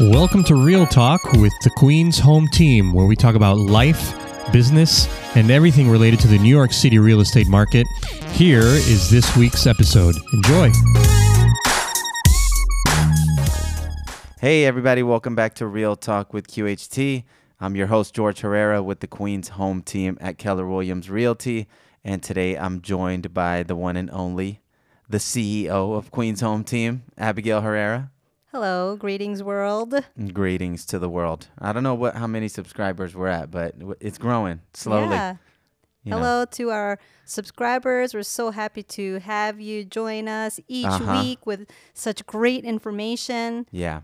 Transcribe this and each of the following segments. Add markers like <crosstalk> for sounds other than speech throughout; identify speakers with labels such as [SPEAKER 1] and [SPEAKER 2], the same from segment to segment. [SPEAKER 1] Welcome to Real Talk with the Queen's Home Team, where we talk about life, business, and everything related to the New York City real estate market. Here is this week's episode. Enjoy.
[SPEAKER 2] Hey, everybody, welcome back to Real Talk with QHT. I'm your host, George Herrera, with the Queen's Home Team at Keller Williams Realty. And today I'm joined by the one and only, the CEO of Queen's Home Team, Abigail Herrera.
[SPEAKER 3] Hello, greetings, world.
[SPEAKER 2] Greetings to the world. I don't know what how many subscribers we're at, but w- it's growing slowly.
[SPEAKER 3] Yeah.
[SPEAKER 2] you know.
[SPEAKER 3] Hello to our subscribers. We're so happy to have you join us each
[SPEAKER 2] Uh-huh.
[SPEAKER 3] week with such great information.
[SPEAKER 2] Yeah.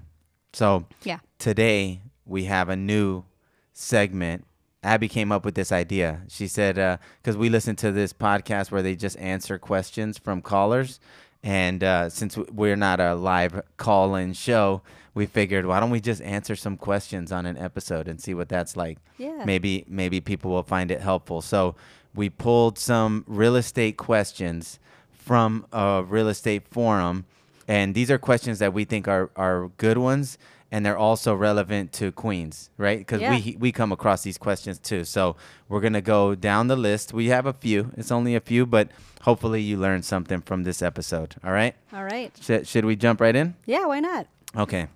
[SPEAKER 2] So
[SPEAKER 3] Yeah.
[SPEAKER 2] today we have a new segment. Abby came up with this idea. She said, because we listen to this podcast where they just answer questions from callers. And uh, since w- we're not a live call in show, we figured, why don't we just answer some questions on an episode and see what that's like?
[SPEAKER 3] Yeah.
[SPEAKER 2] Maybe, maybe people will find it helpful. So we pulled some real estate questions from a real estate forum. And these are questions that we think are, are good ones. And they're also relevant to Queens, right? Because
[SPEAKER 3] Yeah.
[SPEAKER 2] we, we come across these questions too. So we're going to go down the list. We have a few, it's only a few, but hopefully you learned something from this episode. All right.
[SPEAKER 3] All right.
[SPEAKER 2] Should, should we jump right in?
[SPEAKER 3] Yeah, why not?
[SPEAKER 2] Okay.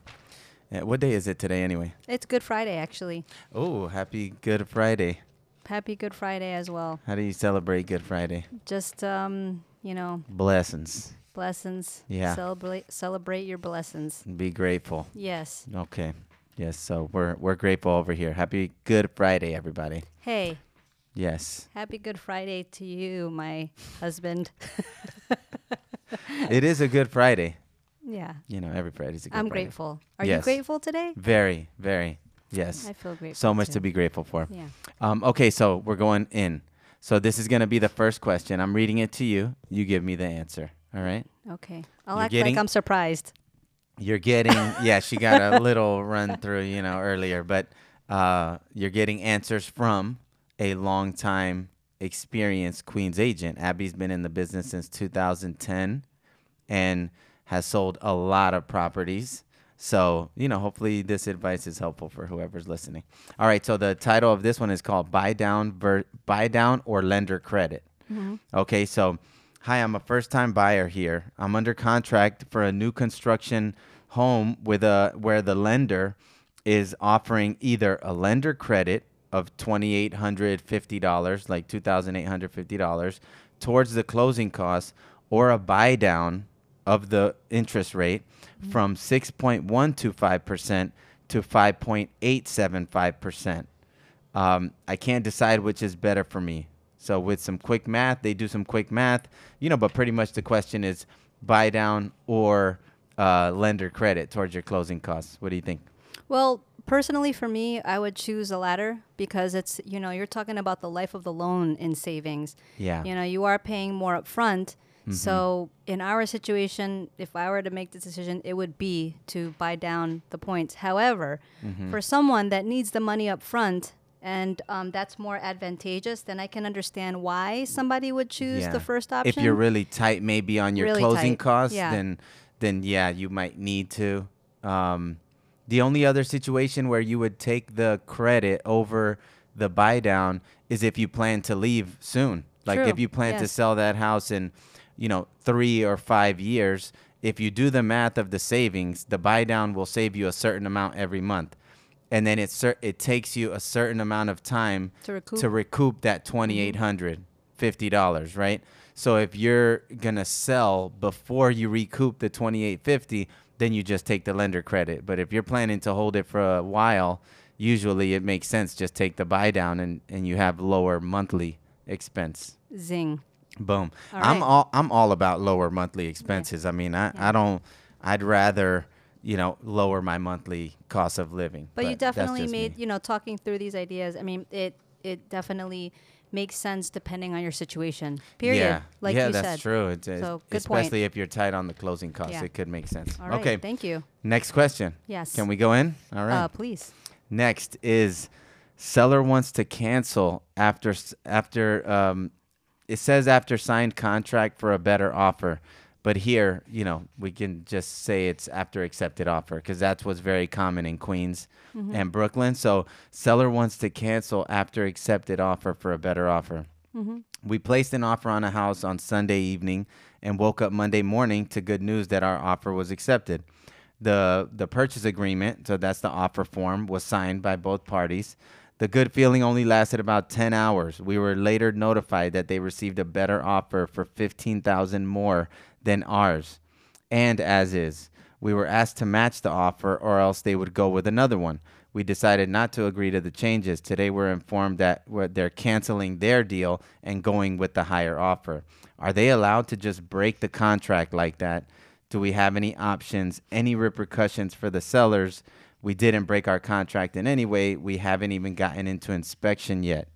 [SPEAKER 2] Uh, What day is it today, anyway?
[SPEAKER 3] It's Good Friday, actually.
[SPEAKER 2] Oh, happy Good Friday.
[SPEAKER 3] Happy Good Friday as well.
[SPEAKER 2] How do you celebrate Good Friday?
[SPEAKER 3] Just, um, you know,
[SPEAKER 2] Blessings.
[SPEAKER 3] blessings.
[SPEAKER 2] Yeah.
[SPEAKER 3] Celebrate, celebrate your blessings.
[SPEAKER 2] Be grateful.
[SPEAKER 3] Yes.
[SPEAKER 2] Okay. Yes. So we're we're grateful over here. Happy Good Friday, everybody.
[SPEAKER 3] Hey, <laughs>
[SPEAKER 2] Yes.
[SPEAKER 3] happy Good Friday to you, my husband. <laughs>
[SPEAKER 2] it is a Good Friday.
[SPEAKER 3] yeah.
[SPEAKER 2] You know, every Friday's a Good
[SPEAKER 3] I'm
[SPEAKER 2] Friday.
[SPEAKER 3] grateful. Are
[SPEAKER 2] Yes.
[SPEAKER 3] you grateful today?
[SPEAKER 2] Very, very. Yes.
[SPEAKER 3] I feel grateful.
[SPEAKER 2] so much
[SPEAKER 3] too.
[SPEAKER 2] to be grateful for.
[SPEAKER 3] Yeah.
[SPEAKER 2] Um, okay, so we're going in. So this is going to be the first question. I'm reading it to you. You give me the answer. All right.
[SPEAKER 3] Okay. I'll
[SPEAKER 2] You're
[SPEAKER 3] act
[SPEAKER 2] getting-
[SPEAKER 3] like I'm surprised.
[SPEAKER 2] You're getting, yeah, she got a little run through, you know, earlier, but uh, you're getting answers from a longtime experienced Queens agent. Abby's been in the business since 2010 and has sold a lot of properties. So, you know, hopefully this advice is helpful for whoever's listening. All right, so the title of this one is called Buy Down ver- Buy Down or Lender Credit. Okay, so hi, I'm a first-time buyer here. I'm under contract for a new construction home with a where the lender is offering either a lender credit of $2850, like $2850 towards the closing costs or a buy down of the interest rate from 6.125% to 5.875%. Um, I can't decide which is better for me. So, with some quick math, they do some quick math, you know, but pretty much the question is buy down or uh, lender credit towards your closing costs. What do you think?
[SPEAKER 3] Well, personally for me, I would choose the latter because it's, you know, you're talking about the life of the loan in savings.
[SPEAKER 2] Yeah.
[SPEAKER 3] You know, you are paying more upfront. front. So, in our situation, if I were to make this decision, it would be to buy down the points. However, for someone that needs the money up front and um, that's more advantageous, then I can understand why somebody would choose
[SPEAKER 2] Yeah.
[SPEAKER 3] the first option.
[SPEAKER 2] If you're really tight, maybe on your
[SPEAKER 3] Really
[SPEAKER 2] closing
[SPEAKER 3] tight,
[SPEAKER 2] costs,
[SPEAKER 3] yeah.
[SPEAKER 2] then then yeah, you might need to. Um, the only other situation where you would take the credit over the buy down is if you plan to leave soon. Like if
[SPEAKER 3] True,
[SPEAKER 2] you plan to
[SPEAKER 3] yes.
[SPEAKER 2] sell that house in, you know, three or five years. If you do the math of the savings, the buy down will save you a certain amount every month, and then it cer- it takes you a certain amount of time
[SPEAKER 3] To recoup. Mm-hmm.
[SPEAKER 2] to recoup that twenty eight hundred fifty dollars, right? So if you're gonna sell before you recoup the twenty eight fifty, then you just take the lender credit. But if you're planning to hold it for a while, usually it makes sense just take the buy down and, and you have lower monthly expense.
[SPEAKER 3] Zing.
[SPEAKER 2] Boom.
[SPEAKER 3] All
[SPEAKER 2] I'm
[SPEAKER 3] right.
[SPEAKER 2] all I'm all about lower monthly expenses. I mean, I, I don't I'd rather, you know, lower my monthly cost of living.
[SPEAKER 3] But, you
[SPEAKER 2] that's
[SPEAKER 3] definitely
[SPEAKER 2] just me.
[SPEAKER 3] made, you know, talking through these ideas. I mean, it it definitely makes sense depending on your situation. Period.
[SPEAKER 2] Yeah,
[SPEAKER 3] Like
[SPEAKER 2] yeah,
[SPEAKER 3] you
[SPEAKER 2] that's
[SPEAKER 3] said.
[SPEAKER 2] true. It's, it's-
[SPEAKER 3] So, good point.
[SPEAKER 2] especially if you're tight on the closing costs,
[SPEAKER 3] Yeah.
[SPEAKER 2] it could make sense.
[SPEAKER 3] All right.
[SPEAKER 2] okay,
[SPEAKER 3] Thank you.
[SPEAKER 2] next question.
[SPEAKER 3] Yes.
[SPEAKER 2] Can we go in? All right.
[SPEAKER 3] Uh, please.
[SPEAKER 2] next is seller wants to cancel after s- after um, it says after signed contract for a better offer, But here, you know, we can just say it's after accepted offer because that's what's very common in Queens and Brooklyn. So seller wants to cancel after accepted offer for a better offer. We placed an offer on a house on Sunday evening and woke up Monday morning to good news that our offer was accepted. The the purchase agreement, so that's the offer form, was signed by both parties. The good feeling only lasted about 10 hours. We were later notified that they received a better offer for 15,000 more than ours and as is. We were asked to match the offer or else they would go with another one. We decided not to agree to the changes. Today we're informed that we're- they're canceling their deal and going with the higher offer. Are they allowed to just break the contract like that? Do we have any options, any repercussions for the sellers? We didn't break our contract in any way. We haven't even gotten into inspection yet.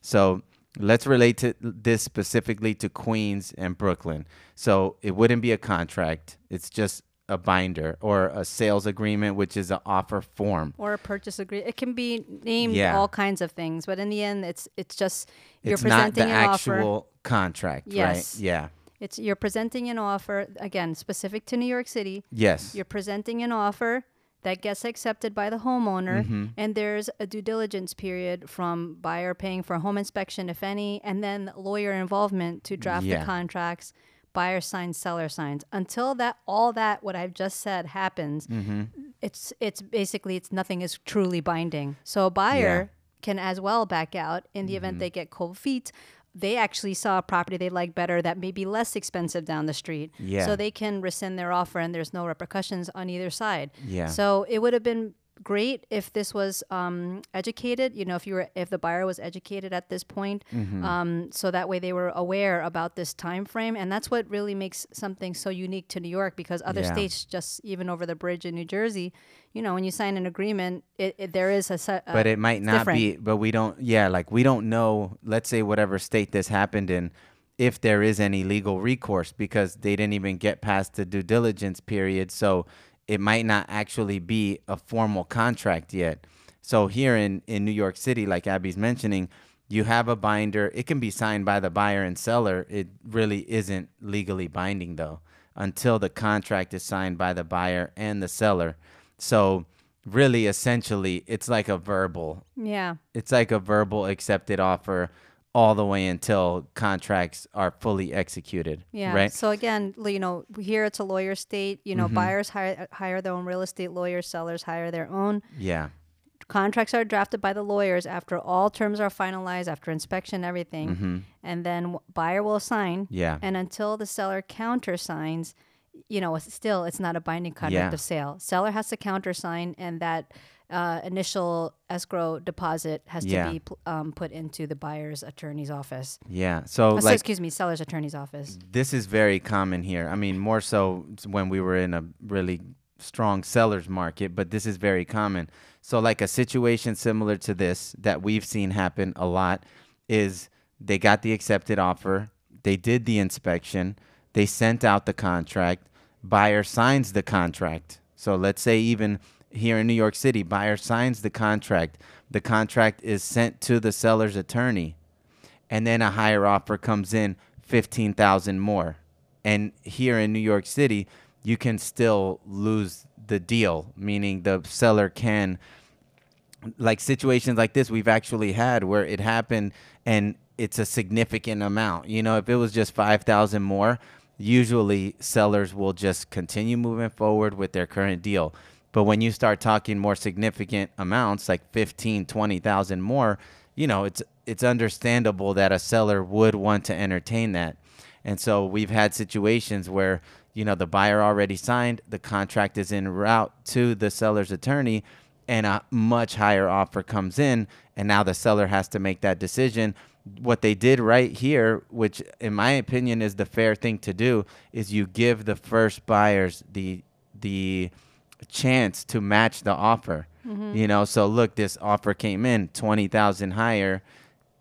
[SPEAKER 2] So let's relate to this specifically to Queens and Brooklyn. So it wouldn't be a contract. It's just a binder or a sales agreement, which is an offer form.
[SPEAKER 3] or a purchase agreement. It can be named
[SPEAKER 2] Yeah.
[SPEAKER 3] all kinds of things, but in the end, it's it's just you're
[SPEAKER 2] it's not
[SPEAKER 3] presenting
[SPEAKER 2] the
[SPEAKER 3] an
[SPEAKER 2] actual
[SPEAKER 3] offer.
[SPEAKER 2] contract,
[SPEAKER 3] Yes.
[SPEAKER 2] right? Yeah.
[SPEAKER 3] It's you're presenting an offer again, specific to New York City.
[SPEAKER 2] Yes.
[SPEAKER 3] You're presenting an offer that gets accepted by the homeowner,
[SPEAKER 2] Mm-hmm.
[SPEAKER 3] and there's a due diligence period from buyer paying for home inspection, if any, and then lawyer involvement to draft
[SPEAKER 2] Yeah.
[SPEAKER 3] the contracts. Buyer signs, seller signs. Until that, all that what I've just said happens,
[SPEAKER 2] Mm-hmm.
[SPEAKER 3] it's it's basically it's nothing is truly binding. So a buyer can as well back out in the event
[SPEAKER 2] Mm-hmm.
[SPEAKER 3] they get cold feet. They actually saw a property they like better that may be less expensive down the street.
[SPEAKER 2] Yeah.
[SPEAKER 3] So they can rescind their offer and there's no repercussions on either side.
[SPEAKER 2] Yeah.
[SPEAKER 3] So it would have been great if this was um, educated. You know, if you were if the buyer was educated at this point,
[SPEAKER 2] Mm-hmm.
[SPEAKER 3] um, so that way they were aware about this time frame, and that's what really makes something so unique to New York because other
[SPEAKER 2] Yeah.
[SPEAKER 3] states just even over the bridge in New Jersey, you know, when you sign an agreement, it, it there is a set.
[SPEAKER 2] but it might not
[SPEAKER 3] different.
[SPEAKER 2] be but we don't yeah like we don't know let's say whatever state this happened in if there is any legal recourse because they didn't even get past the due diligence period so it might not actually be a formal contract yet so here in in new york city like abby's mentioning you have a binder it can be signed by the buyer and seller it really isn't legally binding though until the contract is signed by the buyer and the seller so really essentially it's like a verbal
[SPEAKER 3] yeah.
[SPEAKER 2] it's like a verbal accepted offer all the way until contracts are fully executed
[SPEAKER 3] Yeah.
[SPEAKER 2] right Mm-hmm.
[SPEAKER 3] So again, l- you know, here it's a lawyer state. You know, buyers hire hire their own real estate lawyers, sellers hire their own.
[SPEAKER 2] yeah
[SPEAKER 3] Contracts are drafted by the lawyers after all terms are finalized, after inspection, everything, and then w- buyer will sign.
[SPEAKER 2] Mm-hmm. Yeah.
[SPEAKER 3] And until the seller countersigns, you know, it's still it's not a binding contract
[SPEAKER 2] Yeah.
[SPEAKER 3] of sale. Seller has to countersign, and that uh, initial escrow deposit has
[SPEAKER 2] Yeah.
[SPEAKER 3] to be pl- um, put into the buyer's attorney's office.
[SPEAKER 2] yeah so
[SPEAKER 3] Oh, so
[SPEAKER 2] like
[SPEAKER 3] excuse me, seller's attorney's office.
[SPEAKER 2] this is very common here. I mean, more so when we were in a really strong seller's market, but this is very common. So, like a situation similar to this that we've seen happen a lot is they got the accepted offer, they did the inspection, they sent out the contract, buyer signs the contract. So, let's say even here in New York City, buyer signs the contract. The contract is sent to the seller's attorney and then a higher offer comes in 15,000 more. And here in New York City, you can still lose the deal, meaning the seller can like situations like this we've actually had where it happened and it's a significant amount. You know, if it was just 5,000 more, usually sellers will just continue moving forward with their current deal. But when you start talking more significant amounts like 15, 20,000 more, you know, it's it's understandable that a seller would want to entertain that. And so we've had situations where, you know, the buyer already signed, the contract is en route to the seller's attorney, and a much higher offer comes in. And now the seller has to make that decision. What they did right here, which in my opinion is the fair thing to do, is you give the first buyers the, the, chance to match the offer. You know, so look, this offer came in 20,000 higher.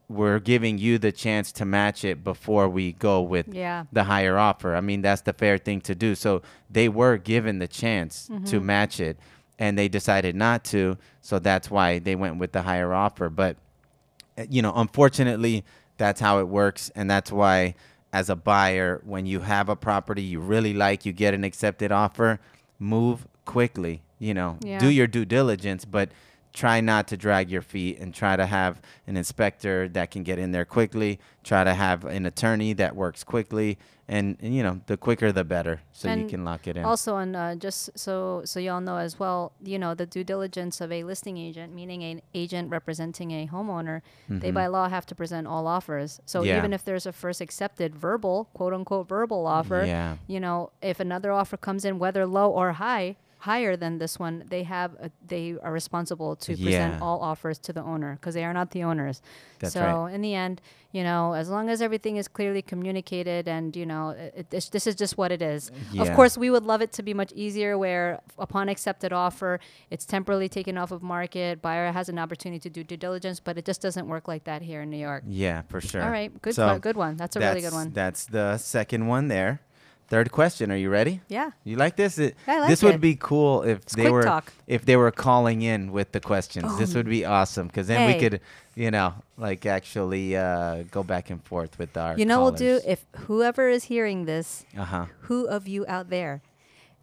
[SPEAKER 2] We're giving you the chance to match it before we go with
[SPEAKER 3] Yeah.
[SPEAKER 2] the higher offer. I mean, that's the fair thing to do. So they were given the chance to
[SPEAKER 3] Mm-hmm.
[SPEAKER 2] match it and they decided not to. So that's why they went with the higher eh, offer. But, uh, you know, unfortunately, that's how it works. And that's why as a buyer when you have a property you really like, you get an accepted offer, move quickly. You know,
[SPEAKER 3] Yeah.
[SPEAKER 2] do your due diligence, but try not to drag your feet and try to have an inspector that can get in there quickly. Try to have an attorney that works quickly, and, and, you know, the quicker the better, so you
[SPEAKER 3] And
[SPEAKER 2] can lock it in.
[SPEAKER 3] Also, and uh, just so so y'all know as well, you know the due diligence of a listing agent, meaning an agent representing a homeowner, they by law have to present all offers. So
[SPEAKER 2] Mm-hmm. Yeah.
[SPEAKER 3] even if there's a first accepted verbal, quote unquote verbal offer,
[SPEAKER 2] Yeah.
[SPEAKER 3] you know if another offer comes in, whether low or high, higher than this one, they have a, they are responsible to
[SPEAKER 2] Yeah.
[SPEAKER 3] present all offers to the owner because they are not the owners.
[SPEAKER 2] That's
[SPEAKER 3] so
[SPEAKER 2] right.
[SPEAKER 3] in the end, you know, as long as everything is clearly communicated and you know it, it, this is just what it is. Of
[SPEAKER 2] Yeah.
[SPEAKER 3] course course, we would love it to be much easier where upon accepted offer, it's temporarily taken off of market, buyer has an opportunity to do due diligence, but it just doesn't work like that here in New York.
[SPEAKER 2] Yeah, for sure.
[SPEAKER 3] All right, good
[SPEAKER 2] So
[SPEAKER 3] one- good one. That's a really good one.
[SPEAKER 2] That's the second one there. Third question. Are you ready?
[SPEAKER 3] Yeah.
[SPEAKER 2] You like this? It,
[SPEAKER 3] I like
[SPEAKER 2] this would
[SPEAKER 3] it.
[SPEAKER 2] be cool if they
[SPEAKER 3] quick
[SPEAKER 2] were
[SPEAKER 3] talk. Oh.
[SPEAKER 2] if they were calling in with the questions. This would be awesome because then we
[SPEAKER 3] Hey.
[SPEAKER 2] could, you know, like actually uh, go back and forth with our.
[SPEAKER 3] You know what we'll do if whoever is hearing this,
[SPEAKER 2] Uh huh.
[SPEAKER 3] who of you out there,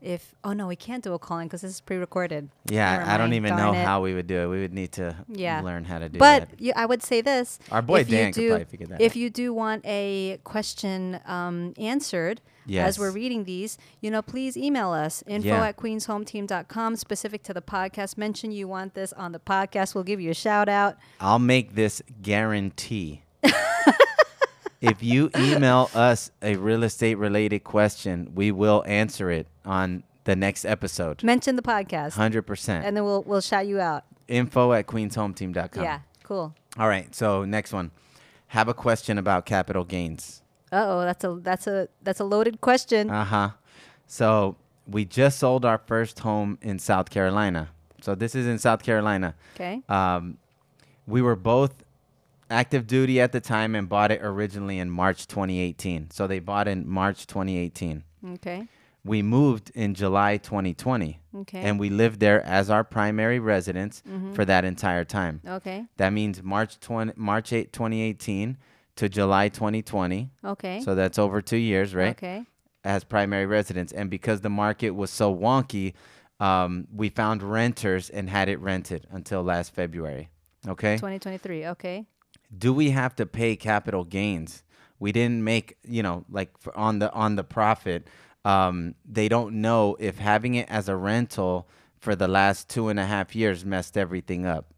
[SPEAKER 3] if oh no, we can't do a call in because this is pre-recorded.
[SPEAKER 2] Yeah,
[SPEAKER 3] Never
[SPEAKER 2] I don't
[SPEAKER 3] mind,
[SPEAKER 2] even know
[SPEAKER 3] darn it.
[SPEAKER 2] how we would do it. We would need to
[SPEAKER 3] Yeah.
[SPEAKER 2] learn how to do
[SPEAKER 3] But
[SPEAKER 2] that.
[SPEAKER 3] you, I would say this:
[SPEAKER 2] Our boy
[SPEAKER 3] if you
[SPEAKER 2] Dan could
[SPEAKER 3] do,
[SPEAKER 2] probably figure that
[SPEAKER 3] If
[SPEAKER 2] out.
[SPEAKER 3] you do want a question um, answered
[SPEAKER 2] Yes.
[SPEAKER 3] as we're reading these, you know, please email us info
[SPEAKER 2] Yeah.
[SPEAKER 3] at queenshometeam.com specific to the podcast. Mention you want this on the podcast. We'll give you a shout out.
[SPEAKER 2] I'll make this
[SPEAKER 3] <laughs>
[SPEAKER 2] guarantee. if you email us a real estate related question, we will answer it on the next episode.
[SPEAKER 3] Mention the podcast,
[SPEAKER 2] 100%.
[SPEAKER 3] and then we'll we'll shout you out.
[SPEAKER 2] Info at queenshometeam.com.
[SPEAKER 3] Yeah, cool.
[SPEAKER 2] All right. So, next one. Have a question about capital gains.
[SPEAKER 3] Uh oh, that's a that's a that's a loaded question.
[SPEAKER 2] Uh huh. So, we just sold our first home in South Carolina. So, this is in South Carolina.
[SPEAKER 3] okay.
[SPEAKER 2] Um, we were both active duty at the time and bought it originally in March 2018. So they bought in March 2018.
[SPEAKER 3] Okay.
[SPEAKER 2] We moved in July 2020.
[SPEAKER 3] Okay. Mm-hmm.
[SPEAKER 2] And we lived there as our primary residence for that entire time.
[SPEAKER 3] Okay.
[SPEAKER 2] That means March 20, March 8, 2018 to July 2020.
[SPEAKER 3] Okay.
[SPEAKER 2] So that's over two years, right?
[SPEAKER 3] Okay.
[SPEAKER 2] as primary residence. And because the market was so wonky, um, we found renters and had it rented until last February. Okay.
[SPEAKER 3] 2023. Okay.
[SPEAKER 2] Do we have to pay capital gains? We didn't make, you know, like for on the on the profit. Um, they don't know if having it as a rental for the last two and a half years messed everything up.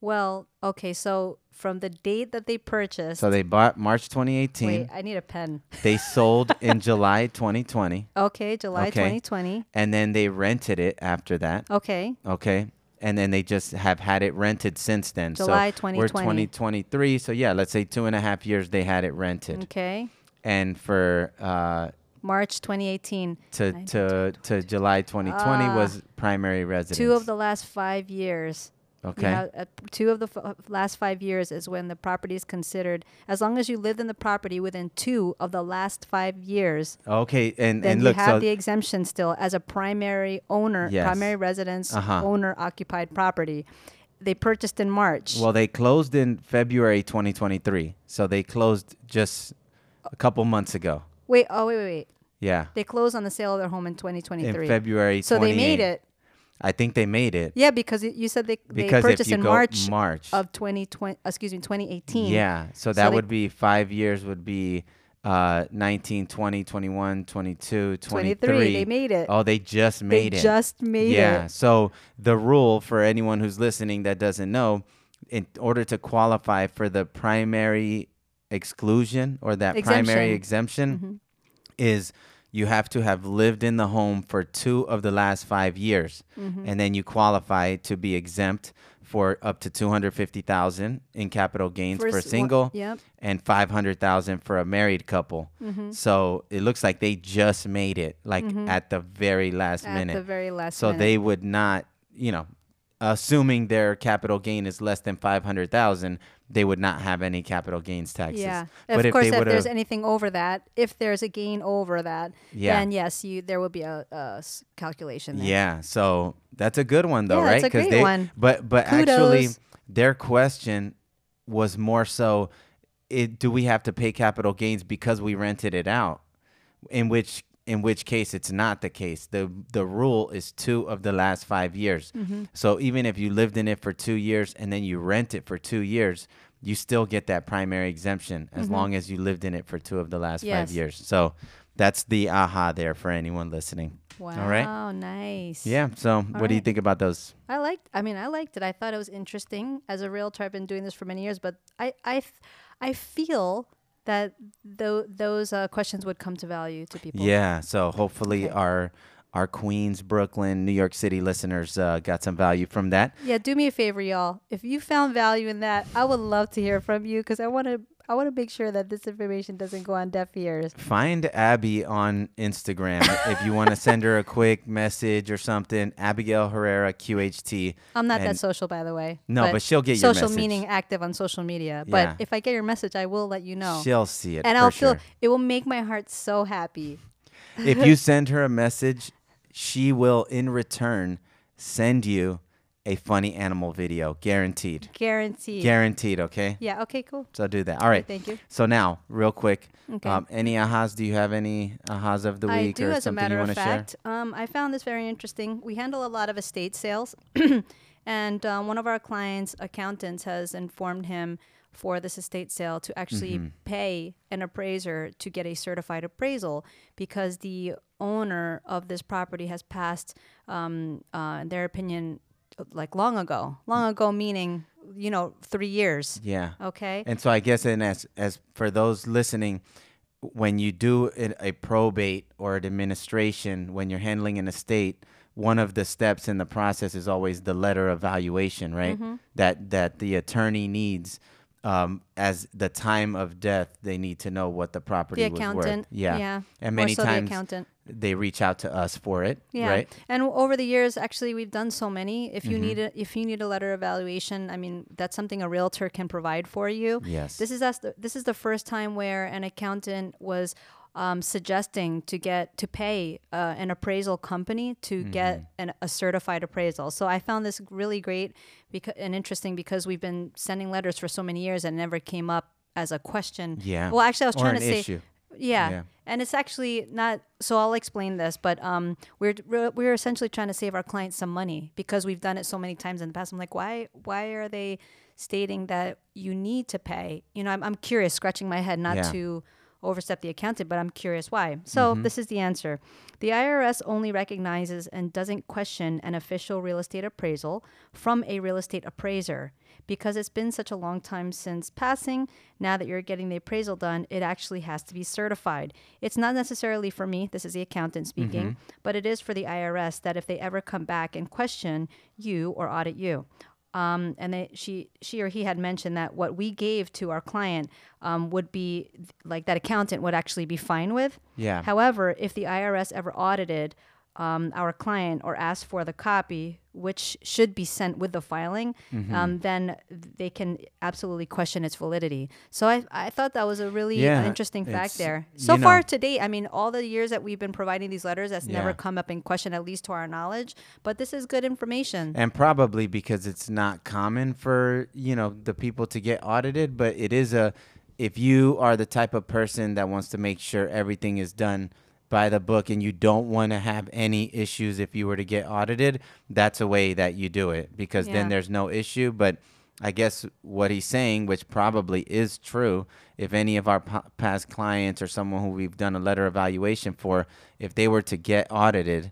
[SPEAKER 3] Well, okay. So from the date that they purchased,
[SPEAKER 2] So they bought March 2018.
[SPEAKER 3] Wait, I need a pen.
[SPEAKER 2] <laughs> They sold
[SPEAKER 3] <laughs>
[SPEAKER 2] in July 2020,
[SPEAKER 3] Okay, July
[SPEAKER 2] Okay.
[SPEAKER 3] 2020.
[SPEAKER 2] and then they rented it after that.
[SPEAKER 3] Okay.
[SPEAKER 2] Okay. And then they just have had it rented since then.
[SPEAKER 3] July
[SPEAKER 2] so We're
[SPEAKER 3] 2020.
[SPEAKER 2] 2023. So yeah, let's say two and a half years they had it rented.
[SPEAKER 3] Okay.
[SPEAKER 2] And for uh,
[SPEAKER 3] March 2018.
[SPEAKER 2] to to to July 2020 was primary residence.
[SPEAKER 3] Uh, Two of the last five years. you
[SPEAKER 2] Okay.
[SPEAKER 3] know, uh, two of the f- last five years is when the property is considered. As long as you lived in the property within two of the last five years,
[SPEAKER 2] Okay. And
[SPEAKER 3] then
[SPEAKER 2] and
[SPEAKER 3] you
[SPEAKER 2] look
[SPEAKER 3] have
[SPEAKER 2] so
[SPEAKER 3] the exemption still as a primary owner,
[SPEAKER 2] Yes.
[SPEAKER 3] primary residence,
[SPEAKER 2] Uh-huh.
[SPEAKER 3] owner occupied property. They purchased in March.
[SPEAKER 2] well they closed in February 2023. So they closed just a couple months ago.
[SPEAKER 3] wait, oh, wait, wait, wait.
[SPEAKER 2] Yeah.
[SPEAKER 3] They closed on the sale of their home in 2023.
[SPEAKER 2] In February
[SPEAKER 3] so they made
[SPEAKER 2] 28.
[SPEAKER 3] it.
[SPEAKER 2] I think they made it.
[SPEAKER 3] Yeah, because it, you said they, they
[SPEAKER 2] Because if
[SPEAKER 3] purchased
[SPEAKER 2] you
[SPEAKER 3] in
[SPEAKER 2] go
[SPEAKER 3] March,
[SPEAKER 2] March.
[SPEAKER 3] of 2020, excuse me, 2018.
[SPEAKER 2] Yeah. So that
[SPEAKER 3] they-
[SPEAKER 2] would be five years would be uh 19, 20, 21, 22, 23.
[SPEAKER 3] 23. They made it.
[SPEAKER 2] Oh, they just
[SPEAKER 3] They
[SPEAKER 2] made it.
[SPEAKER 3] just made
[SPEAKER 2] yeah.
[SPEAKER 3] it.
[SPEAKER 2] So the rule for anyone who's listening that doesn't know, in order to qualify for the primary exclusion or that primary exemption
[SPEAKER 3] Mm-hmm.
[SPEAKER 2] is you have to have lived in the home for two of the last five years,
[SPEAKER 3] Mm-hmm.
[SPEAKER 2] and then you qualify to be exempt for up to two hundred fifty thousand in capital gains
[SPEAKER 3] For
[SPEAKER 2] for, a
[SPEAKER 3] s- one-
[SPEAKER 2] single,
[SPEAKER 3] yep.
[SPEAKER 2] and five hundred thousand for a married couple.
[SPEAKER 3] Mm-hmm.
[SPEAKER 2] So it looks like they just made it, like at the very last
[SPEAKER 3] At
[SPEAKER 2] minute.
[SPEAKER 3] the very last
[SPEAKER 2] so
[SPEAKER 3] minute.
[SPEAKER 2] they would not, you know, assuming their capital gain is less than five hundred thousand, they would not have any capital gains taxes.
[SPEAKER 3] Yeah. of course, if
[SPEAKER 2] would've-
[SPEAKER 3] there's anything over that, if there's a gain over that,
[SPEAKER 2] Yeah.
[SPEAKER 3] then yes, you there will be a, a s- calculation. There.
[SPEAKER 2] Yeah, so that's a good one though,
[SPEAKER 3] Yeah,
[SPEAKER 2] right?
[SPEAKER 3] it's a great
[SPEAKER 2] they,
[SPEAKER 3] one.
[SPEAKER 2] But but actually,
[SPEAKER 3] Kudos.
[SPEAKER 2] their question was more so: it, do we have to pay capital gains because we rented it out? In which in which case it's not the case. The the rule is two of the last five years.
[SPEAKER 3] Mm-hmm.
[SPEAKER 2] So even if you lived in it for two years and then you rent it for two years, you still get that primary exemption as long as you lived in it for two of the last
[SPEAKER 3] Mm-hmm. Yes.
[SPEAKER 2] five years. So that's the aha there for anyone listening.
[SPEAKER 3] Wow.
[SPEAKER 2] All right.
[SPEAKER 3] Nice.
[SPEAKER 2] Yeah. So what do you
[SPEAKER 3] right.
[SPEAKER 2] think about those?
[SPEAKER 3] I liked. I mean, I liked it. I thought it was interesting. As a realtor, I've been doing this for many years, but I, I, f- I feel that tho- those uh, questions would come to value to people.
[SPEAKER 2] Yeah. So hopefully
[SPEAKER 3] Okay.
[SPEAKER 2] our our Queens, Brooklyn, New York City listeners uh, got some value from that.
[SPEAKER 3] Yeah. Do me a favor, y'all. If you found value in that, I would love to hear from you because I want to. I want to make sure that this information doesn't go on deaf ears.
[SPEAKER 2] Find Abby on
[SPEAKER 3] <laughs>
[SPEAKER 2] Instagram if you want to send her a quick message or something. Abigail Herrera QHT.
[SPEAKER 3] I'm not that
[SPEAKER 2] And-
[SPEAKER 3] social, by the way.
[SPEAKER 2] No, but she'll get your
[SPEAKER 3] social
[SPEAKER 2] message.
[SPEAKER 3] meaning active on social media.
[SPEAKER 2] Yeah.
[SPEAKER 3] But if I get your message, I will let you know.
[SPEAKER 2] She'll see it.
[SPEAKER 3] and
[SPEAKER 2] for
[SPEAKER 3] I'll
[SPEAKER 2] sure.
[SPEAKER 3] feel it will make my heart so happy.
[SPEAKER 2] <laughs> if
[SPEAKER 3] <laughs>
[SPEAKER 2] you send her a message, she will in return send you a funny animal video, guaranteed.
[SPEAKER 3] Guaranteed.
[SPEAKER 2] Guaranteed, okay?
[SPEAKER 3] yeah. Okay. Cool.
[SPEAKER 2] So do that. All right.
[SPEAKER 3] thank you.
[SPEAKER 2] So now, real quick,
[SPEAKER 3] Okay.
[SPEAKER 2] um, any ahas? Do you have any ahas of the
[SPEAKER 3] I
[SPEAKER 2] week
[SPEAKER 3] do,
[SPEAKER 2] or
[SPEAKER 3] as a
[SPEAKER 2] something you
[SPEAKER 3] matter
[SPEAKER 2] want
[SPEAKER 3] of
[SPEAKER 2] to share?
[SPEAKER 3] fact. Um, I found this very interesting. We handle a lot of estate sales, <coughs> and um, one of our clients' accountants has informed him for this estate sale to actually
[SPEAKER 2] Mm-hmm.
[SPEAKER 3] pay an appraiser to get a certified appraisal because the owner of this property has passed, um, uh, in their opinion, like long ago. Long ago meaning, you know, three years.
[SPEAKER 2] Yeah.
[SPEAKER 3] Okay.
[SPEAKER 2] And so I guess, and as as for those listening, when you do an- a probate or an administration, when you're handling an estate, one of the steps in the process is always the letter of valuation, right?
[SPEAKER 3] Mm-hmm.
[SPEAKER 2] That that the attorney needs. Um, as the time of death, they need to know what the property
[SPEAKER 3] the
[SPEAKER 2] was worth.
[SPEAKER 3] accountant.
[SPEAKER 2] Yeah,
[SPEAKER 3] Yeah.
[SPEAKER 2] and
[SPEAKER 3] more
[SPEAKER 2] many
[SPEAKER 3] so
[SPEAKER 2] times
[SPEAKER 3] the accountant.
[SPEAKER 2] they reach out to us for it,
[SPEAKER 3] Yeah.
[SPEAKER 2] right? Mm-hmm.
[SPEAKER 3] And w- over the years, actually, we've done so many. If you need a, if you need a letter of valuation, I mean, that's something a realtor can provide for you.
[SPEAKER 2] Yes.
[SPEAKER 3] This is us. This is the first time where an accountant was um, suggesting to get to pay uh, an appraisal company to get
[SPEAKER 2] Mm-hmm.
[SPEAKER 3] an, a certified appraisal. So I found this really great because and interesting because we've been sending letters for so many years and it never came up as a question.
[SPEAKER 2] Yeah.
[SPEAKER 3] Well, actually, I was
[SPEAKER 2] Or
[SPEAKER 3] trying
[SPEAKER 2] an
[SPEAKER 3] to say.
[SPEAKER 2] issue.
[SPEAKER 3] Yeah.
[SPEAKER 2] Yeah.
[SPEAKER 3] And it's actually not so I'll explain this, but um we're we're essentially trying to save our clients some money because we've done it so many times in the past. I'm like, why why are they stating that you need to pay? You know, I'm I'm curious, scratching my head not
[SPEAKER 2] Yeah.
[SPEAKER 3] to overstep the accountant, but I'm curious why. So, this is the answer. The IRS only recognizes and doesn't question an official real estate appraisal from a real estate appraiser. Because it's been such a long time since passing, now that you're getting the appraisal done, it actually has to be certified. It's not necessarily for me, this is the accountant speaking, but it is for the IRS that if they ever come back and question you or audit you. Um, and they, she, she or he had mentioned that what we gave to our client um, would be like that accountant would actually be fine with.
[SPEAKER 2] Yeah.
[SPEAKER 3] However, if the IRS ever audited um, our client or asked for the copy, which should be sent with the filing,
[SPEAKER 2] Mm-hmm.
[SPEAKER 3] um, then they can absolutely question its validity. So I, I thought that was a really uh,
[SPEAKER 2] Yeah,
[SPEAKER 3] interesting fact
[SPEAKER 2] it's-
[SPEAKER 3] there. So
[SPEAKER 2] you know-
[SPEAKER 3] far to date, I mean, all the years that we've been providing these letters, that's never
[SPEAKER 2] Yeah.
[SPEAKER 3] come up in question, at least to our knowledge. But this is good information.
[SPEAKER 2] and probably because it's not common for you know the people to get audited but it is a if you are the type of person that wants to make sure everything is done by the book and you don't want to have any issues if you were to get audited that's a way that you do it because
[SPEAKER 3] Yeah.
[SPEAKER 2] then there's no issue but i guess what he's saying which probably is true if any of our p- past clients or someone who we've done a letter evaluation for if they were to get audited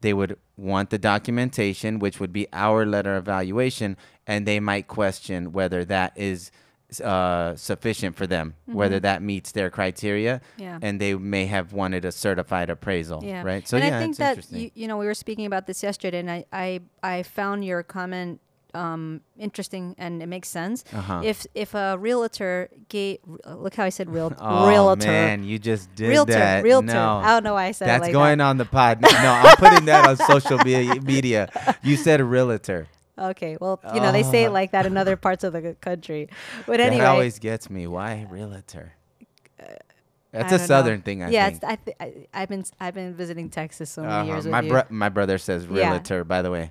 [SPEAKER 2] they would want the documentation, which would be our letter of evaluation, and they might question whether that is uh, sufficient for them, whether that meets their criteria,
[SPEAKER 3] Mm-hmm. Yeah.
[SPEAKER 2] and they may have wanted a certified appraisal,
[SPEAKER 3] Yeah.
[SPEAKER 2] right? So
[SPEAKER 3] and
[SPEAKER 2] yeah,
[SPEAKER 3] I think
[SPEAKER 2] it's
[SPEAKER 3] that
[SPEAKER 2] interesting.
[SPEAKER 3] You, you know we were speaking about this yesterday, and I I, I found your comment um, interesting, and it makes sense.
[SPEAKER 2] Uh-huh.
[SPEAKER 3] If if a realtor gave uh, look how I said real
[SPEAKER 2] <laughs> oh
[SPEAKER 3] realtor
[SPEAKER 2] man, you just did
[SPEAKER 3] realtor
[SPEAKER 2] that.
[SPEAKER 3] realtor
[SPEAKER 2] No.
[SPEAKER 3] I don't know why I said it
[SPEAKER 2] That's
[SPEAKER 3] like
[SPEAKER 2] going on the pod. No, I'm putting that on social media. media. You said realtor.
[SPEAKER 3] that. Okay, well you know they say it like that in
[SPEAKER 2] <laughs>
[SPEAKER 3] other parts of the country, but anyway. Uh,
[SPEAKER 2] That Oh. always gets me. Why realtor? That's
[SPEAKER 3] I
[SPEAKER 2] a
[SPEAKER 3] don't know.
[SPEAKER 2] southern thing, I
[SPEAKER 3] yeah,
[SPEAKER 2] think.
[SPEAKER 3] it's- I, th- I I've been I've been visiting Texas so many
[SPEAKER 2] Uh-huh.
[SPEAKER 3] years.
[SPEAKER 2] my
[SPEAKER 3] with you.
[SPEAKER 2] bro- my brother says
[SPEAKER 3] Yeah.
[SPEAKER 2] realtor. By the
[SPEAKER 3] <laughs>
[SPEAKER 2] way,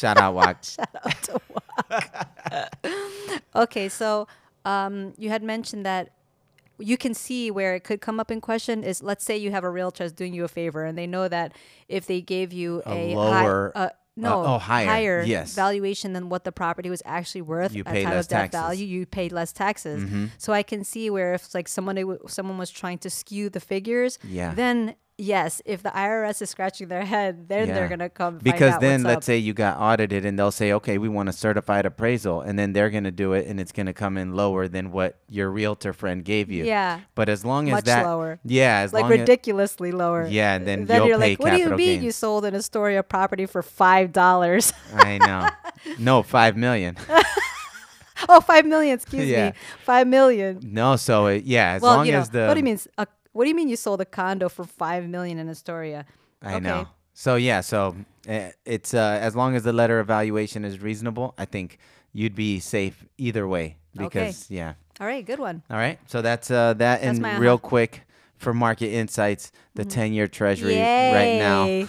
[SPEAKER 2] shout out Wak.
[SPEAKER 3] Okay, so um, you had mentioned that you can see where it could come up in question is let's say you have a realtor that's doing you a favor and they know that if they gave you
[SPEAKER 2] A
[SPEAKER 3] a,
[SPEAKER 2] lower-
[SPEAKER 3] high, uh, no
[SPEAKER 2] oh, higher, yes.
[SPEAKER 3] valuation than what the property was actually worth
[SPEAKER 2] You
[SPEAKER 3] at
[SPEAKER 2] pay
[SPEAKER 3] time
[SPEAKER 2] less
[SPEAKER 3] of that
[SPEAKER 2] taxes. Mm-hmm.
[SPEAKER 3] value you pay less taxes so i can see where if like someone someone was trying to skew the figures
[SPEAKER 2] Yeah.
[SPEAKER 3] then yes if the irs is scratching their head then
[SPEAKER 2] Yeah.
[SPEAKER 3] they're gonna come find
[SPEAKER 2] because
[SPEAKER 3] out
[SPEAKER 2] then
[SPEAKER 3] what's
[SPEAKER 2] let's
[SPEAKER 3] up.
[SPEAKER 2] say you got audited and they'll say okay we want a certified appraisal and then they're going to do it and it's going to come in lower than what your realtor friend gave you
[SPEAKER 3] Yeah.
[SPEAKER 2] but as long as
[SPEAKER 3] Much
[SPEAKER 2] that
[SPEAKER 3] lower.
[SPEAKER 2] yeah as
[SPEAKER 3] like
[SPEAKER 2] long as
[SPEAKER 3] ridiculously lower.
[SPEAKER 2] Yeah, and then
[SPEAKER 3] then
[SPEAKER 2] you'll
[SPEAKER 3] you're
[SPEAKER 2] pay
[SPEAKER 3] like, what do you
[SPEAKER 2] capital
[SPEAKER 3] mean
[SPEAKER 2] gains."
[SPEAKER 3] you sold an Astoria property for five dollars? <laughs>
[SPEAKER 2] i know no 5 million
[SPEAKER 3] oh, five million. Excuse
[SPEAKER 2] Yeah.
[SPEAKER 3] me, five million.
[SPEAKER 2] no so it, yeah as
[SPEAKER 3] Well,
[SPEAKER 2] long
[SPEAKER 3] you know,
[SPEAKER 2] as the
[SPEAKER 3] what do you mean? s- A, what do you mean you sold a condo for five million in Astoria?
[SPEAKER 2] I know. So yeah, so uh, it's uh, as long as the letter evaluation is reasonable, I think you'd be safe either way.
[SPEAKER 3] Okay.
[SPEAKER 2] Because yeah,
[SPEAKER 3] All right, good one.
[SPEAKER 2] all right. So that's uh, that, and
[SPEAKER 3] my
[SPEAKER 2] real
[SPEAKER 3] aha. Mm-hmm.
[SPEAKER 2] quick for market insights, the ten-year Treasury right now. <laughs>
[SPEAKER 3] Yay.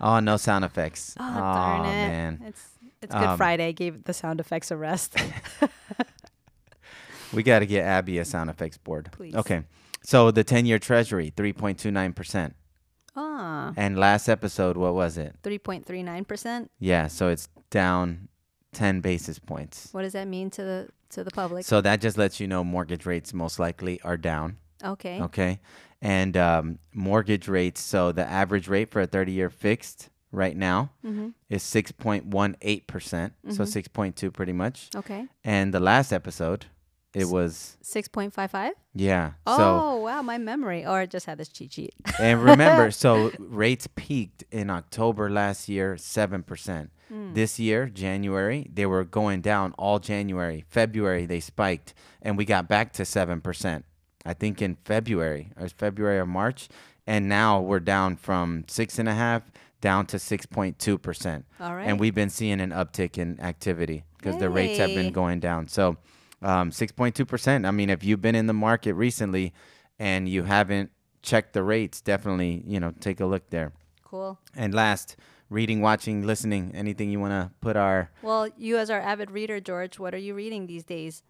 [SPEAKER 2] Oh, no sound effects.
[SPEAKER 3] Oh, darn it!
[SPEAKER 2] man,
[SPEAKER 3] It's it's Good
[SPEAKER 2] Um,
[SPEAKER 3] Friday. I gave the sound effects
[SPEAKER 2] <laughs>
[SPEAKER 3] a rest.
[SPEAKER 2] we got to get Abby a sound effects board.
[SPEAKER 3] Please.
[SPEAKER 2] Okay. So the ten-year Treasury, three point two nine percent.
[SPEAKER 3] Ah,
[SPEAKER 2] And last episode, what was it?
[SPEAKER 3] three point three nine percent.
[SPEAKER 2] Yeah. So it's down ten basis points.
[SPEAKER 3] What does that mean to the to the public?
[SPEAKER 2] So that just lets you know mortgage rates most likely are down.
[SPEAKER 3] okay.
[SPEAKER 2] Okay. And um, mortgage rates, so the average rate for a 30 year fixed right now is 6.18%. percent So 6.2 pretty much.
[SPEAKER 3] Okay.
[SPEAKER 2] And the last episode, it was,
[SPEAKER 3] Six point five five.
[SPEAKER 2] yeah.
[SPEAKER 3] Oh wow, my memory. Or I just had this cheat sheet.
[SPEAKER 2] So, and remember, so rates peaked in October last year, 7%.
[SPEAKER 3] Hmm.
[SPEAKER 2] This year, January, they were going down all January. February, they spiked, and we got back to 7%. I think in February, or it's February or March. And now we're down from six and a half down to 6.2%.
[SPEAKER 3] All
[SPEAKER 2] And
[SPEAKER 3] right.
[SPEAKER 2] we've been seeing an uptick in activity because the rates have been
[SPEAKER 3] Yay.
[SPEAKER 2] going down. So um, 6.2%. I mean, if you've been in the market recently and you haven't checked the rates, definitely, you know, take a look there.
[SPEAKER 3] Cool.
[SPEAKER 2] And last, reading, watching, listening. Anything you want to put our
[SPEAKER 3] Well, you as our avid reader, George, what are you reading these days?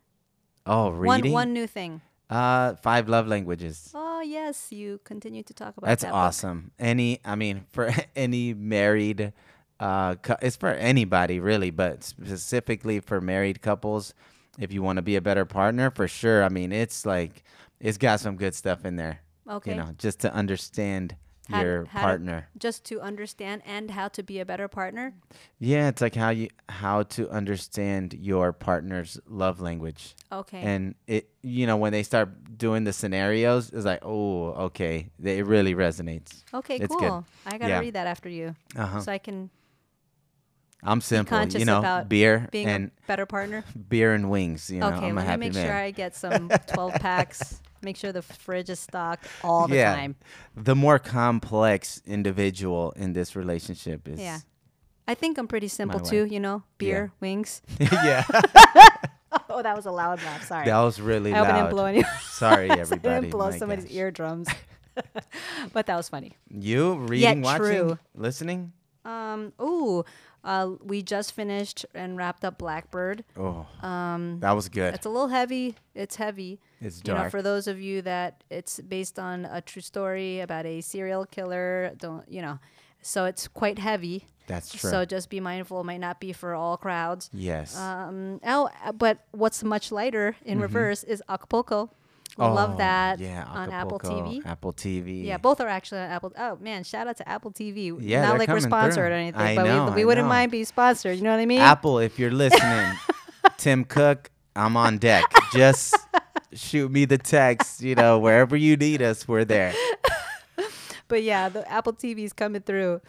[SPEAKER 2] oh reading
[SPEAKER 3] One one new thing.
[SPEAKER 2] uh five love languages.
[SPEAKER 3] Oh yes, you continue to talk about
[SPEAKER 2] That's
[SPEAKER 3] that book.
[SPEAKER 2] awesome. Any, I mean, for <laughs> any married, uh, cou- it's for anybody really, but specifically for married couples. If you want to be a better partner, for sure. I mean, it's like it's got some good stuff in there.
[SPEAKER 3] Okay.
[SPEAKER 2] You know, just to understand
[SPEAKER 3] How-
[SPEAKER 2] your
[SPEAKER 3] how to-
[SPEAKER 2] partner.
[SPEAKER 3] Just to understand and how to be a better partner.
[SPEAKER 2] Yeah, it's like how you how to understand your partner's love language.
[SPEAKER 3] Okay.
[SPEAKER 2] And it you know, when they start doing the scenarios, it's like, "Oh, okay. They- It really resonates."
[SPEAKER 3] okay,
[SPEAKER 2] it's
[SPEAKER 3] cool.
[SPEAKER 2] good.
[SPEAKER 3] I gotta
[SPEAKER 2] Yeah.
[SPEAKER 3] read that after you.
[SPEAKER 2] Uh-huh.
[SPEAKER 3] So I can
[SPEAKER 2] I'm simple, you
[SPEAKER 3] conscious
[SPEAKER 2] know,
[SPEAKER 3] about
[SPEAKER 2] beer
[SPEAKER 3] being
[SPEAKER 2] and
[SPEAKER 3] a better partner.
[SPEAKER 2] beer and wings, you know.
[SPEAKER 3] okay,
[SPEAKER 2] I'm a
[SPEAKER 3] let me
[SPEAKER 2] happy
[SPEAKER 3] make
[SPEAKER 2] man.
[SPEAKER 3] sure
[SPEAKER 2] <laughs>
[SPEAKER 3] I get some twelve packs. Make sure the fridge is stocked all the
[SPEAKER 2] yeah.
[SPEAKER 3] time.
[SPEAKER 2] The more complex individual in this relationship is
[SPEAKER 3] Yeah. I think I'm pretty simple
[SPEAKER 2] wife.
[SPEAKER 3] too, you know. Beer, wings.
[SPEAKER 2] <laughs> yeah.
[SPEAKER 3] <laughs> Oh, that was a loud laugh. Sorry.
[SPEAKER 2] That was really
[SPEAKER 3] I
[SPEAKER 2] loud.
[SPEAKER 3] hope I didn't blow any-
[SPEAKER 2] Sorry
[SPEAKER 3] So <laughs> I
[SPEAKER 2] everybody.
[SPEAKER 3] didn't blow
[SPEAKER 2] My
[SPEAKER 3] somebody's
[SPEAKER 2] gosh. <laughs>
[SPEAKER 3] eardrums. but that was funny.
[SPEAKER 2] You reading, watching,
[SPEAKER 3] true.
[SPEAKER 2] listening?
[SPEAKER 3] Um, ooh, uh, we just finished and wrapped up Blackbird.
[SPEAKER 2] Oh. Um that was good.
[SPEAKER 3] It's a little heavy. It's heavy.
[SPEAKER 2] It's
[SPEAKER 3] You know,
[SPEAKER 2] dark.
[SPEAKER 3] for those of you that it's based on a true story about a serial killer, don't you know? So it's quite heavy.
[SPEAKER 2] That's true.
[SPEAKER 3] So just be mindful. It might not be for all crowds.
[SPEAKER 2] Yes.
[SPEAKER 3] Um, oh, uh, but what's much lighter in reverse is Acapulco.
[SPEAKER 2] Mm-hmm. Oh,
[SPEAKER 3] Love that
[SPEAKER 2] Yeah,
[SPEAKER 3] on Apple
[SPEAKER 2] Acapulco,
[SPEAKER 3] TV.
[SPEAKER 2] Apple TV.
[SPEAKER 3] Yeah, both are actually on Apple. Oh man, shout out to Apple TV.
[SPEAKER 2] Yeah, they're
[SPEAKER 3] not like we're
[SPEAKER 2] coming
[SPEAKER 3] sponsored
[SPEAKER 2] through.
[SPEAKER 3] or anything,
[SPEAKER 2] I
[SPEAKER 3] but
[SPEAKER 2] know,
[SPEAKER 3] we, we
[SPEAKER 2] I
[SPEAKER 3] wouldn't
[SPEAKER 2] know.
[SPEAKER 3] mind being sponsored. You know what I mean?
[SPEAKER 2] Apple, if you're
[SPEAKER 3] <laughs>
[SPEAKER 2] listening, Tim Cook, I'm on deck. Just shoot me the text. You know, wherever you need us, we're there.
[SPEAKER 3] But yeah, the Apple TV's coming through.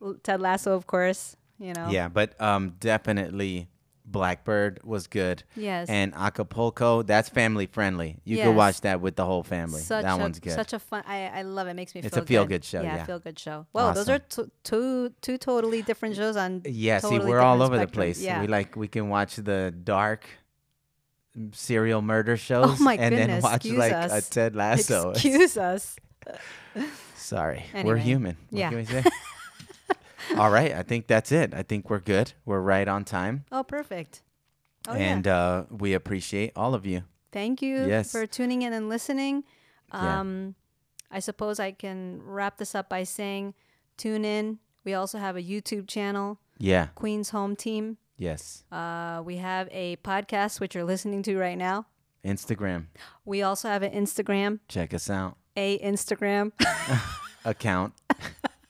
[SPEAKER 3] L- Ted Lasso, of course. You know.
[SPEAKER 2] Yeah, but um, definitely Blackbird was good.
[SPEAKER 3] Yes.
[SPEAKER 2] And Acapulco, that's family friendly. You can
[SPEAKER 3] Yes.
[SPEAKER 2] watch that with the whole family.
[SPEAKER 3] Such
[SPEAKER 2] that
[SPEAKER 3] a,
[SPEAKER 2] one's good.
[SPEAKER 3] Such a fun. I, I love it. Makes me.
[SPEAKER 2] It's
[SPEAKER 3] feel
[SPEAKER 2] a feel-good show, yeah.
[SPEAKER 3] Yeah, feel good show. Well, those
[SPEAKER 2] Awesome.
[SPEAKER 3] are t- two two totally different shows on.
[SPEAKER 2] yeah, see,
[SPEAKER 3] totally
[SPEAKER 2] we're all
[SPEAKER 3] different
[SPEAKER 2] over the
[SPEAKER 3] spectrums.
[SPEAKER 2] place.
[SPEAKER 3] Yeah.
[SPEAKER 2] We like we can watch the dark mm, serial
[SPEAKER 3] <laughs>
[SPEAKER 2] murder shows
[SPEAKER 3] Oh my
[SPEAKER 2] and then
[SPEAKER 3] goodness,
[SPEAKER 2] watch
[SPEAKER 3] excuse
[SPEAKER 2] like
[SPEAKER 3] us.
[SPEAKER 2] a Ted Lasso. It's-
[SPEAKER 3] <laughs> Excuse us.
[SPEAKER 2] Sorry, we're
[SPEAKER 3] Anyway,
[SPEAKER 2] human. What
[SPEAKER 3] yeah.
[SPEAKER 2] can we
[SPEAKER 3] <laughs>
[SPEAKER 2] say? All right, I think that's it. I think we're good. We're right on time.
[SPEAKER 3] Oh, perfect. Oh, yeah.
[SPEAKER 2] and uh, we appreciate all of you.
[SPEAKER 3] Thank you
[SPEAKER 2] Yes.
[SPEAKER 3] for tuning in and listening.
[SPEAKER 2] Yeah.
[SPEAKER 3] Um, I suppose I can wrap this up by saying tune in. We also have a YouTube channel,
[SPEAKER 2] Yeah.
[SPEAKER 3] Queen's Home Team.
[SPEAKER 2] Yes.
[SPEAKER 3] Uh, we have a podcast, which you're listening to right now.
[SPEAKER 2] Instagram.
[SPEAKER 3] We also have an Instagram,
[SPEAKER 2] Check us out.
[SPEAKER 3] a Instagram. <laughs>
[SPEAKER 2] Account.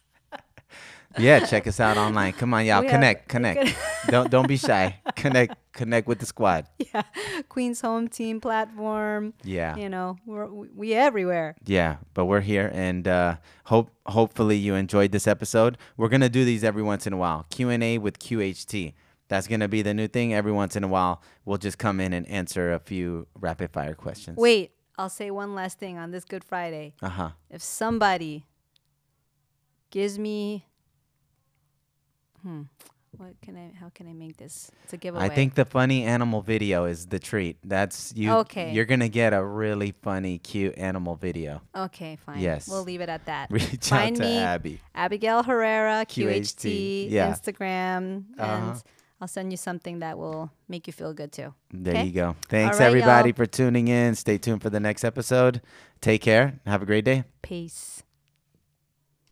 [SPEAKER 2] <laughs> yeah, check us out online. Come on, y'all.
[SPEAKER 3] <laughs> We have-
[SPEAKER 2] connect. Connect. don't don't be shy. Connect. Connect with the squad.
[SPEAKER 3] <laughs> yeah, Queen's Home Team platform.
[SPEAKER 2] Yeah.
[SPEAKER 3] You know, we're, we we everywhere.
[SPEAKER 2] Yeah, but we're here, and uh, hope hopefully you enjoyed this episode. We're gonna do these every once in a while. Q and A with QHT. That's gonna be the new thing. Every once in a while, we'll just come in and answer a few rapid fire questions.
[SPEAKER 3] Wait, I'll say one last thing on this Good Friday.
[SPEAKER 2] Uh huh.
[SPEAKER 3] If somebody gives me, hmm, what can I? How can I make this? It's a giveaway.
[SPEAKER 2] I think the funny animal video is the treat. That's you.
[SPEAKER 3] Okay.
[SPEAKER 2] You're gonna get a really funny, cute animal video. <laughs>
[SPEAKER 3] Okay, fine.
[SPEAKER 2] Yes.
[SPEAKER 3] we'll leave it at that.
[SPEAKER 2] Reach
[SPEAKER 3] Find
[SPEAKER 2] out to
[SPEAKER 3] me,
[SPEAKER 2] Abby.
[SPEAKER 3] Abigail Herrera, QHT,
[SPEAKER 2] QHT, yeah. Uh-huh.
[SPEAKER 3] Instagram, and I'll send you something that will make you feel good too.
[SPEAKER 2] There
[SPEAKER 3] okay?
[SPEAKER 2] you go. Thanks
[SPEAKER 3] right,
[SPEAKER 2] everybody
[SPEAKER 3] y'all.
[SPEAKER 2] for tuning in. Stay tuned for the next episode. Take care. Have a great day.
[SPEAKER 3] Peace.